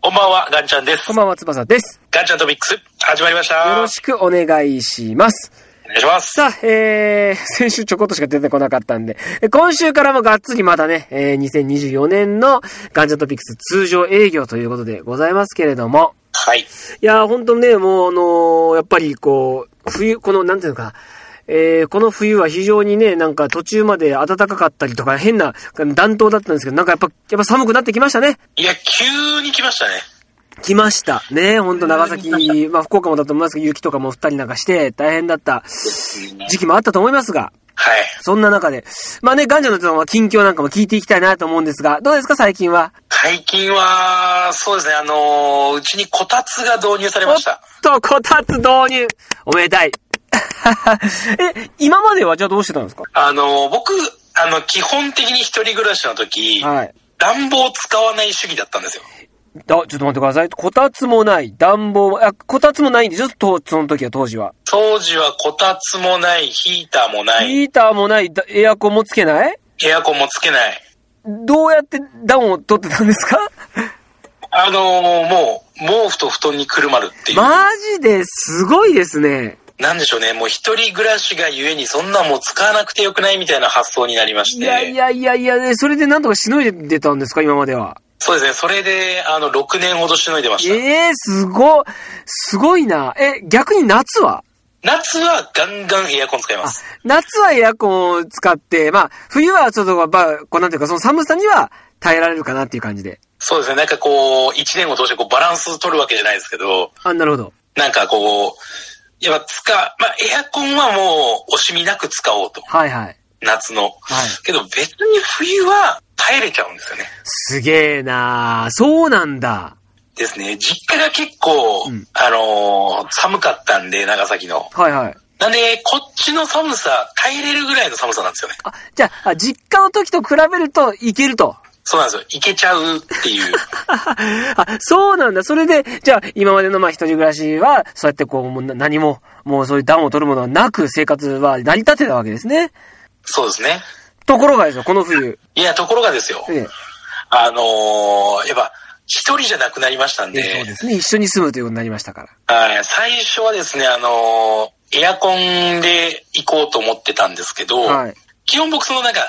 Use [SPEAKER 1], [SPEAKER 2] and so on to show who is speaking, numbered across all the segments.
[SPEAKER 1] こんばんは、ガンちゃんです
[SPEAKER 2] こん。ばんは、つばさです。
[SPEAKER 1] ガンちゃんとミックス、始まりました。
[SPEAKER 2] よろしくお願いします。
[SPEAKER 1] お願いします。
[SPEAKER 2] さあ、えー、 先週ちょこっとしか出てこなかったんで、え今週からもがっつりまたね、えー、2024年のガンジャトピックス通常営業ということでございますけれども、
[SPEAKER 1] はい。
[SPEAKER 2] いやー、ほんとね、もう、あのーやっぱりこう、冬、この、なんていうのか、えー、この冬は非常にね、なんか途中まで暖かかったりとか、変な暖冬だったんですけど、なんかやっぱ、やっぱ寒くなってきましたね。
[SPEAKER 1] いや、急に来ましたね。
[SPEAKER 2] 来ました。ねほんと長崎、まあ福岡もだと思いますけど、雪とかも降ったりなんかして、大変だった時期もあったと思いますが、
[SPEAKER 1] はい。
[SPEAKER 2] そんな中で、まあね、ガンジャの人は近況なんかも聞いていきたいなと思うんですが、どうですか最近は。
[SPEAKER 1] 最近は、そうですね、あのーうちにこたつが導入され
[SPEAKER 2] お
[SPEAKER 1] ま
[SPEAKER 2] っ
[SPEAKER 1] した。
[SPEAKER 2] と、こたつ導入おめでたい え、今まではじゃあどうしてたんですか
[SPEAKER 1] あのー僕、あの、基本的に一人暮らしの時、
[SPEAKER 2] はい。
[SPEAKER 1] 暖房使わない主義だったんですよ。
[SPEAKER 2] あ、ちょっと待ってください。こたつもない、暖房も、あ、こたつもないんでしょとその時は、当時は。
[SPEAKER 1] 当時はこたつもない、ヒーターもない、
[SPEAKER 2] ヒーターもない、だエアコンもつけない
[SPEAKER 1] エアコンもつけない。
[SPEAKER 2] どうやって暖を取ってたんですか
[SPEAKER 1] あのーもう、毛布と布団にくるまるっていう。
[SPEAKER 2] マジですごいですね。
[SPEAKER 1] なんでしょうね、もう一人暮らしがゆえにそんなもう使わなくてよくないみたいな発想になりまし
[SPEAKER 2] い
[SPEAKER 1] て。
[SPEAKER 2] やいやいやいや、ね、それでなんとかしのいでたんですか、今までは。
[SPEAKER 1] そうですね、それで、あの、6年ほどしのいでま
[SPEAKER 2] え
[SPEAKER 1] した。
[SPEAKER 2] えすご、すごいな。え、逆に夏は
[SPEAKER 1] 夏はガンガンエアコン使いま
[SPEAKER 2] あ
[SPEAKER 1] す。
[SPEAKER 2] 夏はエアコンを使って、まあ、冬はちょっと、まあ、こうなんていうか、その寒さには耐えられるかなっていう感じで。
[SPEAKER 1] そうですね、なんかこう、1年を通してこうバランス取るわけじゃないですけど、
[SPEAKER 2] あ、なるほど。
[SPEAKER 1] なんかこう、やっぱ使う、まあ、エアコンはもう惜しみなく使おうと。
[SPEAKER 2] はいはい。
[SPEAKER 1] 夏の。
[SPEAKER 2] はい
[SPEAKER 1] けど別に冬は耐えれちゃうんですよね。
[SPEAKER 2] すげえなそうなんだ。
[SPEAKER 1] ですね。実家が結構、
[SPEAKER 2] うん
[SPEAKER 1] あのー寒かったんで、長崎の。
[SPEAKER 2] はいはい。
[SPEAKER 1] なんで、こっちの寒さ、耐えれるぐらいの寒さなんですよね。
[SPEAKER 2] あ、じゃあ、あ実家の時と比べるといけると。
[SPEAKER 1] そうなんですよ。いけちゃうって いう。
[SPEAKER 2] あ、そうなんだ。それで、じゃあ、今までの、まあ、一人暮らしは、そうやってこう、もうな何も、もうそういう暖を取るものはなく、生活は成り立ってたわけですね。
[SPEAKER 1] そうですね。
[SPEAKER 2] ところがですよ、この冬。
[SPEAKER 1] いや、ところがですよ。
[SPEAKER 2] ええ
[SPEAKER 1] あのーやっぱ、一人じゃなくなりましたん
[SPEAKER 2] え
[SPEAKER 1] で、
[SPEAKER 2] えそうですね。一緒に住むということになりましたから。
[SPEAKER 1] はい、最初はですね、あのーエアコンで行こうと思ってたんですけど、
[SPEAKER 2] はい
[SPEAKER 1] 基本僕そのなんか、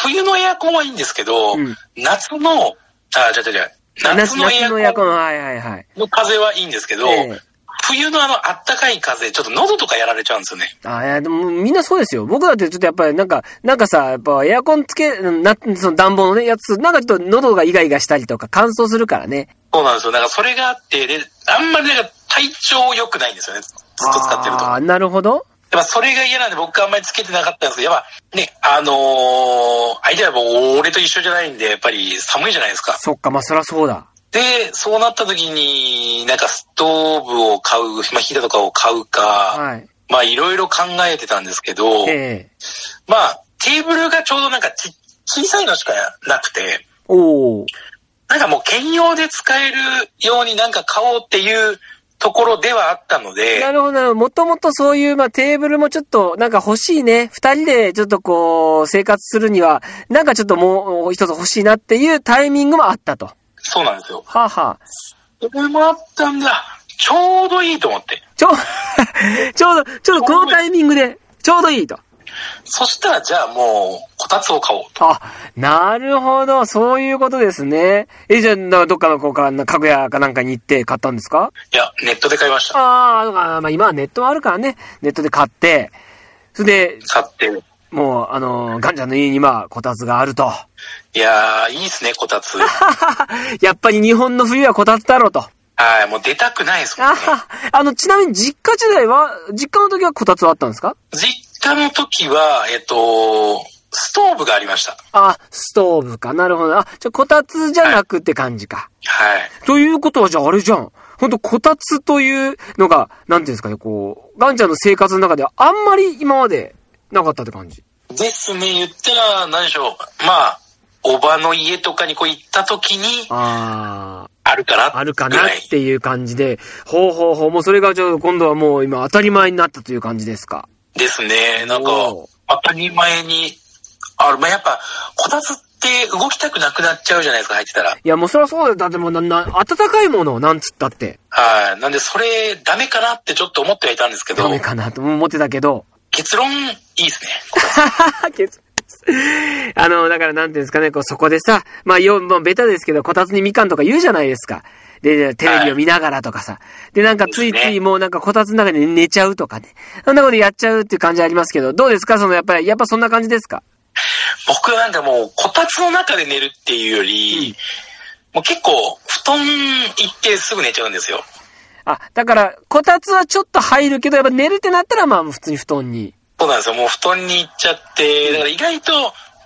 [SPEAKER 1] 冬のエアコンはいいんですけど、
[SPEAKER 2] うん
[SPEAKER 1] 夏の、あ、じゃじゃじゃ夏のエ
[SPEAKER 2] 夏の
[SPEAKER 1] アコン
[SPEAKER 2] はいはいはい。
[SPEAKER 1] の風はいいんですけど、
[SPEAKER 2] ええ
[SPEAKER 1] 冬のあの、あったかい風、ちょっと喉とかやられちゃうんですよね。
[SPEAKER 2] あいや、でもみんなそうですよ。僕だってちょっとやっぱりなんか、なんかさ、やっぱエアコンつけ、な、その暖房のね、やつ、なんかちょっと喉がイガイガしたりとか乾燥するからね。
[SPEAKER 1] そうなんですよ。なんかそれがあって、で、あんまりなんか体調良くないんですよね。ずっと使ってると。
[SPEAKER 2] ああ、なるほど。
[SPEAKER 1] やっぱそれが嫌なんで僕はあんまりつけてなかったんですけど、やっぱね、あのー、相手はもう俺と一緒じゃないんで、やっぱり寒いじゃないですか。
[SPEAKER 2] そっか、まあ、そらそうだ。
[SPEAKER 1] で、そうなった時に、なんかストーブを買う、まあヒーターとかを買うか、
[SPEAKER 2] はい。
[SPEAKER 1] まあいろいろ考えてたんですけど、
[SPEAKER 2] ええ
[SPEAKER 1] まあテーブルがちょうどなんかち小さいのしかなくて、
[SPEAKER 2] おお。
[SPEAKER 1] なんかもう兼用で使えるようになんか買おうっていうところではあったので、
[SPEAKER 2] なるほどなるほど。もともとそういう、まあ、テーブルもちょっと、なんか欲しいね。二人で、ちょっとこう、生活するには、なんかちょっともう一つ欲しいなっていうタイミングもあったと。は
[SPEAKER 1] そうなんですよ。
[SPEAKER 2] あ、はあ、
[SPEAKER 1] それもあったんだ。ちょうどいいと思って。
[SPEAKER 2] ちょ、 ちょうど、ちょうどこのタイミングで、ちょうどいいと。
[SPEAKER 1] そしたら、じゃあもう、こたつを買おうと。
[SPEAKER 2] あ、なるほど。そういうことですね。え、じゃあ、なんかどっかのこうか、家具屋かなんかに行って買ったんですか
[SPEAKER 1] いや、ネットで買いました。
[SPEAKER 2] あーあ、まあ今はネットもあるからね。ネットで買って、それで、
[SPEAKER 1] 買って。
[SPEAKER 2] もう、あの、ガンちゃんの家に今、こたつがあると。
[SPEAKER 1] いやー、いいっすね、こた つ。
[SPEAKER 2] やっぱり日本の冬はこたつだろうと。
[SPEAKER 1] はい、もう出たくないですもん
[SPEAKER 2] あ
[SPEAKER 1] ね。
[SPEAKER 2] はあの、ちなみに実家時代は、実家の時はこたつはあったんですか
[SPEAKER 1] 実家の時は、えっと、ストーブがありました。
[SPEAKER 2] あ、ストーブか。なるほど。あ、じゃあこたつじゃなくって感じか。
[SPEAKER 1] はい。
[SPEAKER 2] ということは、じゃああれじゃん。ほんと、こたつというのが、なんていうんですかね、こう、ガンちゃんの生活の中ではあんまり今までなかったって感じ。
[SPEAKER 1] ですね、言ったら、何でしょう。まあ、おばの家とかにこう行った時に、
[SPEAKER 2] あ
[SPEAKER 1] あるかな
[SPEAKER 2] あ、あるかな
[SPEAKER 1] ぐら
[SPEAKER 2] っていう感じで、ほうほうほう、もうそれがちょっと今度はもう今当たり前になったという感じですか。
[SPEAKER 1] ですね。なんか
[SPEAKER 2] おー、
[SPEAKER 1] 当たり前に、あまあ、やっぱ、こたつっって動きたくなくなっちゃうじゃないですか、入ってたら。
[SPEAKER 2] いや、もうそりゃそうだよ。だってもうな、な、温かいもの、なんつったって。
[SPEAKER 1] はい。なんで、それ、ダメかなってちょっと思ってはいたんですけど
[SPEAKER 2] ダ、メかなと思ってたけど。
[SPEAKER 1] 結論、いいですね。
[SPEAKER 2] ケツあの、だからなんていうんですかね、こう、そこでさ、まあ、よう、まあ、ベタですけど、こたつにみかんとか言うじゃないですか。で、テレビを見ながらとかさ。で、なんかついついもうなんかこたつの中で寝ちゃうとかね。そんなことやっちゃうっていう感じありますけど、どうですかその、やっぱり、やっぱそんな感じですか
[SPEAKER 1] 僕なんかもう、こたつの中で寝るっていうより、もう結構、布団行ってすぐ寝ちゃうんですよ。
[SPEAKER 2] あ、だから、こたつはちょっと入るけど、やっぱ寝るってなったら、まあ、普通に布団に。
[SPEAKER 1] そうなんですよ。もう布団に行っちゃって、だから意外と、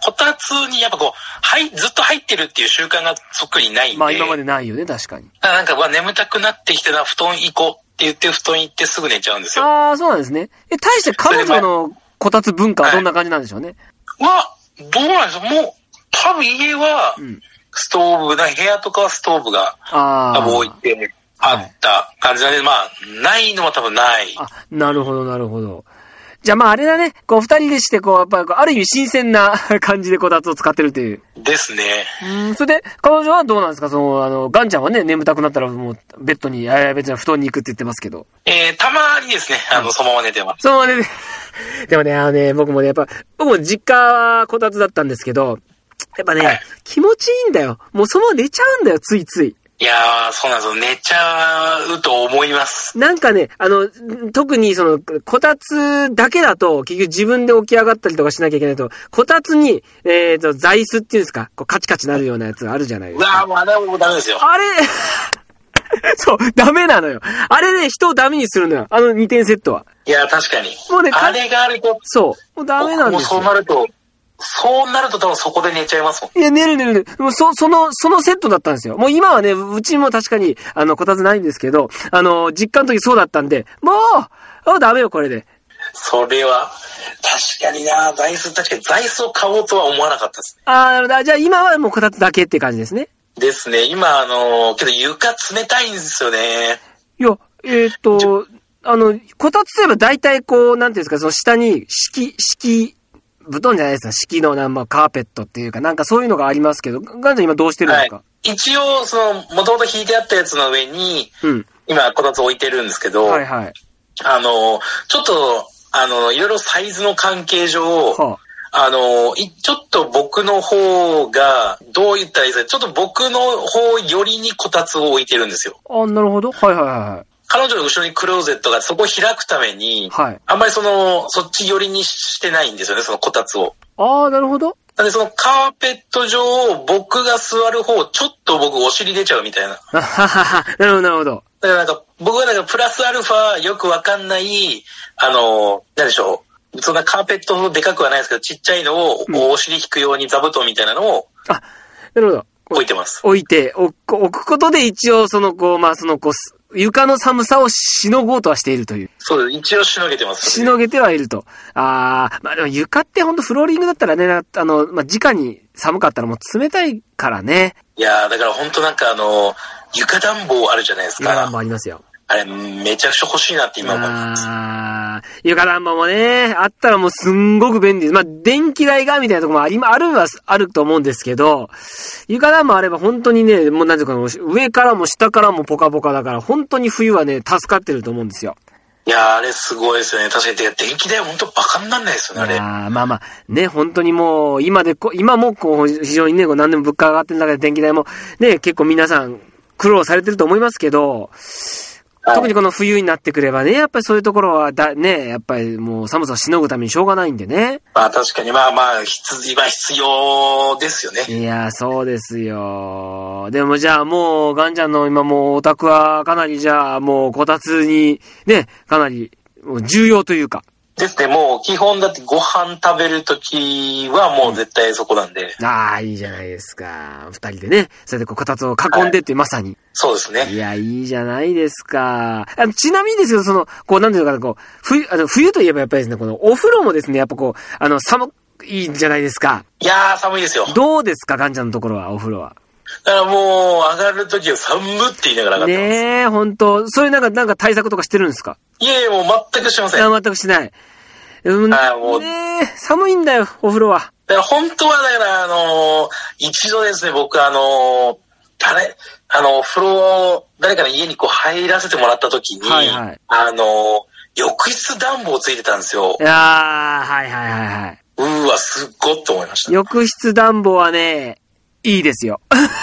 [SPEAKER 1] こたつにやっぱこう、はい、ずっと入ってるっていう習慣がそっくりないんで、
[SPEAKER 2] まあ、今までないよね、確かに。
[SPEAKER 1] だからなんか、うわ、眠たくなってきたな、布団行こうって言って、布団行ってすぐ寝ちゃうんですよ。
[SPEAKER 2] ああ、そうなんですね。え、対して彼女のこたつ文化はどんな感じなんでしょうね。
[SPEAKER 1] は、どうなんですかもう、多分家は
[SPEAKER 2] うん、
[SPEAKER 1] ストーブが、部屋とかはストーブが、
[SPEAKER 2] ああ。
[SPEAKER 1] 多分置いてあった感じなんで、まあ、ないのは多分ない。
[SPEAKER 2] あ、なるほど、なるほど。じゃあまああれだね、こう二人でして、こう、やっぱりこう、ある意味新鮮な 感じでこたつを使ってるという。
[SPEAKER 1] ですね。
[SPEAKER 2] うん、それで、彼女はどうなんですかその、あの、ガンちゃんはね、眠たくなったらもう、ベッドに、あ別に布団に行くって言ってますけど。
[SPEAKER 1] えー、たまにですね、あの、そのまま寝てます。
[SPEAKER 2] そうね、 でもね、あのね、僕もね、やっぱ、僕も実家はこたつだったんですけど、やっぱ
[SPEAKER 1] は
[SPEAKER 2] ね
[SPEAKER 1] い、
[SPEAKER 2] 気持ちいいんだよ。もうそのまま寝ちゃうんだよ、ついつい。
[SPEAKER 1] いやー、そうなんですよ。寝ちゃうと思います。
[SPEAKER 2] なんかね、あの、特にその、こたつだけだと、結局自分で起き上がったりとかしなきゃいけないと、こたつに、えーと、座椅子っていうんですか、こうカチカチなるようなやつがあるじゃないで
[SPEAKER 1] う
[SPEAKER 2] す
[SPEAKER 1] わ
[SPEAKER 2] か。
[SPEAKER 1] ー、もうあれはもうダメですよ。
[SPEAKER 2] あれ、 そう、ダメなのよ。あれね、人をダメにするのよ。あの2点セットは。
[SPEAKER 1] いやー、確かに。
[SPEAKER 2] もうねか
[SPEAKER 1] あれがあると、
[SPEAKER 2] そう。もうダメなん
[SPEAKER 1] も
[SPEAKER 2] で
[SPEAKER 1] う
[SPEAKER 2] す
[SPEAKER 1] そう
[SPEAKER 2] よ。
[SPEAKER 1] なると、そうなると多分そこで寝ちゃいますもん。
[SPEAKER 2] いや、寝る寝る寝る。もう、そ、その、そのセットだったんですよ。もう今はね、うちも確かに、あの、こたつないんですけど、あの、実家の時そうだったんで、もう、あダメよ、これで。
[SPEAKER 1] それは、確かにな座椅子、確かに座椅子を買おうとは思わなかったです。
[SPEAKER 2] あー、なるほど。あじゃあ今はもうこたつだけって感じですね。
[SPEAKER 1] ですね。今、あのけど床冷たいんですよね。
[SPEAKER 2] いや、えーっ、と、あの、こたつといえば大体こう、なんていうんですか、その下に敷き、敷き、布団じゃないですか、敷きのなんまあカーペットっていうか、なんかそういうのがありますけど、ガンちゃん今どうしてるんで
[SPEAKER 1] は
[SPEAKER 2] す
[SPEAKER 1] い
[SPEAKER 2] か、。
[SPEAKER 1] 一応、その、もともと引いてあったやつの上に、
[SPEAKER 2] うん。
[SPEAKER 1] 今、こたつ置いてるんですけど、
[SPEAKER 2] はいはい。
[SPEAKER 1] あのちょっと、あのいろいろサイズの関係上、
[SPEAKER 2] は
[SPEAKER 1] あのいちょっと僕の方が、どう言ったらいいですか、ちょっと僕の方よりにこたつを置いてるんですよ。
[SPEAKER 2] あ、あなるほど。はいはいは
[SPEAKER 1] 彼女の後ろにクローゼットが、そこを開くために、
[SPEAKER 2] いはい。はい。
[SPEAKER 1] あんまりその、そっち寄りにしてないんですよね、そのこたつを。
[SPEAKER 2] ああ、なるほど。
[SPEAKER 1] なんでそのカーペット上を僕が座る方、ちょっと僕お尻出ちゃうみたいな。だ
[SPEAKER 2] はははは。なるほど、なるほど。
[SPEAKER 1] からなんか、僕はなんかプラスアルファよくわかんない、あの、なんでしょう。そんなカーペットほどでかくはないですけど、ちっちゃいのを、お尻引くように座布団みたいなのを
[SPEAKER 2] あ、なるほど。
[SPEAKER 1] 置いてます。
[SPEAKER 2] 置いて、置く置くことで一応、その、こう、まあ、その、こう、す床の寒さをしのごうとはしているという。
[SPEAKER 1] そうです。一応しのげてます。
[SPEAKER 2] しのげてはいると。ああ、まあでも床ってほんとフローリングだったらね、なあの、まあ、直に寒かったらもう冷たいからね。
[SPEAKER 1] いやー、だから本当なんかあの、床暖房あるじゃないです
[SPEAKER 2] 床暖も
[SPEAKER 1] か。
[SPEAKER 2] ありますよ。
[SPEAKER 1] あれ、めちゃくちゃ欲しいなって今思います。
[SPEAKER 2] ああ、床暖房もね、あったらもうすんごく便利です。まあ、電気代がみたいなところもあり、あるは、あると思うんですけど、床暖もあれば本当にね、もうなんていうかもう、上からも下からもポカポカだから、本当に冬はね、助かってると思うんですよ。
[SPEAKER 1] いやー、あれすごいですよね。確かに、で電気代本当バカになんないですよね、あ
[SPEAKER 2] い
[SPEAKER 1] れ
[SPEAKER 2] や。ーまあまあ、ね、本当にもう、今でこ、今もこう、非常にね、こう何でも物価が上がってる中で電気代も、ね、結構皆さん苦労されてると思いますけど、
[SPEAKER 1] はい
[SPEAKER 2] 特にこの冬になってくればね、やっぱりそういうところは、だ、ね、やっぱりもう寒さをしのぐためにしょうがないんでね。
[SPEAKER 1] まあ確かに、まあまあ、必、今必要ですよね。
[SPEAKER 2] いやー、そうですよ。でもじゃあもう、ガンちゃんの今もうオタクはかなりじゃあもう、こたつに、ね、かなり、もう重要というか。
[SPEAKER 1] ですね、もう基本だってご飯食べるときはもう絶対そこなんで、
[SPEAKER 2] ああ、いいじゃないですか。二人でね、それでこうこたつを囲んでっていう、まさに。
[SPEAKER 1] そうです
[SPEAKER 2] い
[SPEAKER 1] ね。
[SPEAKER 2] や、いいじゃないですか。あのちなみにですけど、その、こう、なんていうのかな、こう、冬、あの、冬といえばやっぱりですね、この、お風呂もですね、やっぱこう、あの、寒いんじゃないですか。
[SPEAKER 1] いやー、寒いですよ。だ
[SPEAKER 2] どうですか、ガンちゃんのところは、お風呂は。
[SPEAKER 1] からもう、上がるときは寒って言いながら上がってます。
[SPEAKER 2] ねえ、ほんと。そういうなんか、なんか対策とかしてるんですか
[SPEAKER 1] いやいや、もう全くしま
[SPEAKER 2] い
[SPEAKER 1] せん。
[SPEAKER 2] や、全くしない。うん、ね
[SPEAKER 1] はいもう
[SPEAKER 2] え、寒いんだよ、お風呂は。
[SPEAKER 1] だから本当は、だから、あのー一度ですね、僕、あのー誰、あの、お風呂を誰かの家にこう入らせてもらった時に、
[SPEAKER 2] はいはい
[SPEAKER 1] あのー浴室暖房ついてたんですよ
[SPEAKER 2] い。やー、はいはいはいはい。
[SPEAKER 1] うーわ、すっごっと思いました。
[SPEAKER 2] 浴室暖房はね、いいで すよ。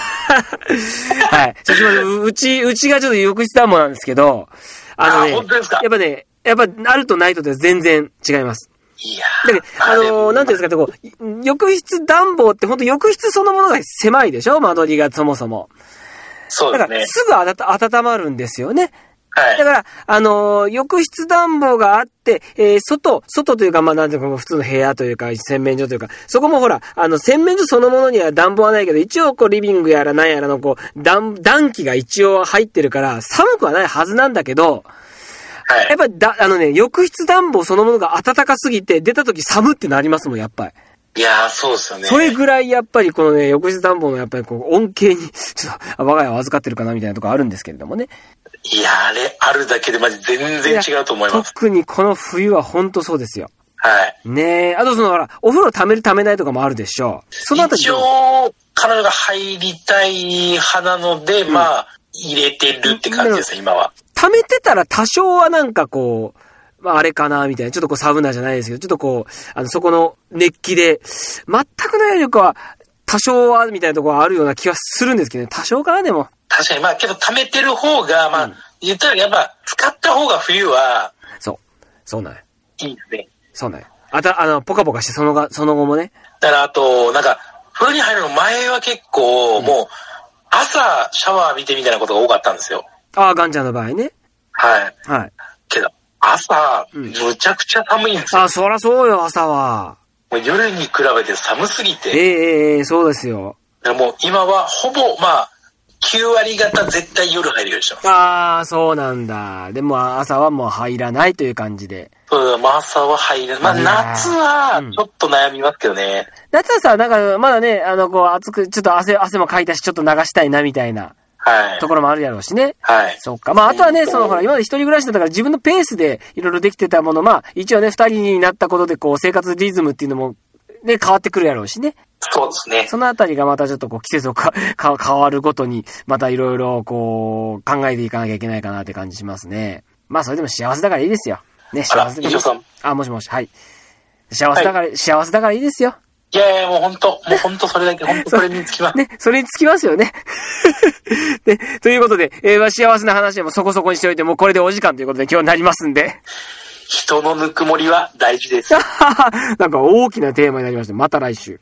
[SPEAKER 2] はい。ちょっとすいませんううち、うちがちょっと浴室暖房なんですけど、あのね、
[SPEAKER 1] あ本当ですか
[SPEAKER 2] やっぱね、やっぱあるとないとでは全然違います。
[SPEAKER 1] いや
[SPEAKER 2] だけど、
[SPEAKER 1] ー
[SPEAKER 2] あのーなんていうん
[SPEAKER 1] か。
[SPEAKER 2] ですかね、こう、浴室暖房って本当浴室そのものが狭いでしょ間取りがそもそも。
[SPEAKER 1] そうで
[SPEAKER 2] だか
[SPEAKER 1] すね
[SPEAKER 2] ら、。すぐあた温まるんですよね。
[SPEAKER 1] はい
[SPEAKER 2] だ。から、あのー浴室暖房があって、えー外、外というか、まあ、なんていうか、普通の部屋というか、洗面所というか、そこもほら、あの、洗面所そのものには暖房はないけど、一応、こう、リビングやらなんやらの、こう、暖、暖気が一応入ってるから、寒くはないはずなんだけど、
[SPEAKER 1] は
[SPEAKER 2] やっ
[SPEAKER 1] い。
[SPEAKER 2] ぱりだ、あのね、浴室暖房そのものが暖かすぎて、出た時寒ってなりますもん、やっぱり。
[SPEAKER 1] いやーそうですよね。
[SPEAKER 2] それぐらい、やっぱり、このね、浴室暖房の、やっぱり、こう、恩恵に、ちょっと、我が家を預かってるかな、みたいなとこあるんですけれどもね。
[SPEAKER 1] いやーあれあるだけでマジ全然違うと思います。
[SPEAKER 2] 特にこの冬は本当そうですよ。
[SPEAKER 1] はい。
[SPEAKER 2] ねえ。あとその、ほら、お風呂溜める溜めないとかもあるでしょう。そのあたり
[SPEAKER 1] 一応、彼女が入りたい派なので、まあ、入れてるって感じですね、今は。
[SPEAKER 2] 溜めてたら多少はなんかこう、まああれかな、みたいな。ちょっとこうサウナじゃないですけど、ちょっとこう、あの、そこの熱気で、全くないよりかは、多少は、みたいなところはあるような気はするんですけどね。多少かな、でも。
[SPEAKER 1] 確かに、まあ、けど貯めてる方が、まあ、
[SPEAKER 2] うん
[SPEAKER 1] 言ったらやっぱ、使った方が冬は
[SPEAKER 2] そう。そうなんよ
[SPEAKER 1] いいですね。
[SPEAKER 2] そうなんよあた、あの、ポカポカして、そのが、その後もね。
[SPEAKER 1] だから、あと、なんか、風呂に入るの前は結構、もう、朝、シャワー浴びてみたいなことが多かったんですよ。
[SPEAKER 2] ああ、ガンちゃんの場合ね。
[SPEAKER 1] はい。
[SPEAKER 2] はい。
[SPEAKER 1] けど、朝、
[SPEAKER 2] うん
[SPEAKER 1] むちゃくちゃ寒いんですよ。
[SPEAKER 2] ああ、そらそうよ、朝は。
[SPEAKER 1] もう夜に比べて寒すぎ
[SPEAKER 2] え
[SPEAKER 1] て、
[SPEAKER 2] えええええ、そうですよ。
[SPEAKER 1] だからもう今はほぼ、まあ、9割方絶対夜入るようにしてます。
[SPEAKER 2] ああ、そうなんだ。でも朝はもう入らないという感じで。
[SPEAKER 1] うん、まあ朝は入る。まあ
[SPEAKER 2] いやー
[SPEAKER 1] 夏はちょっと悩みますけどね。
[SPEAKER 2] 夏はさ、なんかまだね、あの、こう暑く、ちょっと汗、汗もかいたし、ちょっと流したいなみたいな
[SPEAKER 1] はい
[SPEAKER 2] と。ころもあるやろうしね。
[SPEAKER 1] はい。
[SPEAKER 2] そっか。まあ、あとは
[SPEAKER 1] う
[SPEAKER 2] ね、
[SPEAKER 1] ん
[SPEAKER 2] その、ほら、今まで一人暮らしだったから自分のペースでいろいろできてたもの、まあ、一応ね、二人になったことで、こう、生活リズムっていうのも、ね、変わってくるやろうしね。
[SPEAKER 1] そうですね。
[SPEAKER 2] そのあたりがまたちょっとこう、季節をか、 か、変わるごとに、またいろいろ、こう、考えていかなきゃいけないかなって感じしますね。まあ、それでも幸せだからいいですよ。ね、
[SPEAKER 1] あ
[SPEAKER 2] 幸
[SPEAKER 1] ら、
[SPEAKER 2] せ
[SPEAKER 1] 以上さん。
[SPEAKER 2] あ、もしもし、はい。幸せだから、幸せだからいいですよ。
[SPEAKER 1] いやいや、もう本当、もう本当それだけ、本当それにつきます。
[SPEAKER 2] ね、それにつきますよね。 で、ということで、えーまあ幸せな話でもそこそこにしておいて、もうこれでお時間ということで今日になりますんで。
[SPEAKER 1] 人のぬくもりは大事です。
[SPEAKER 2] なんか大きなテーマになりました。また来週。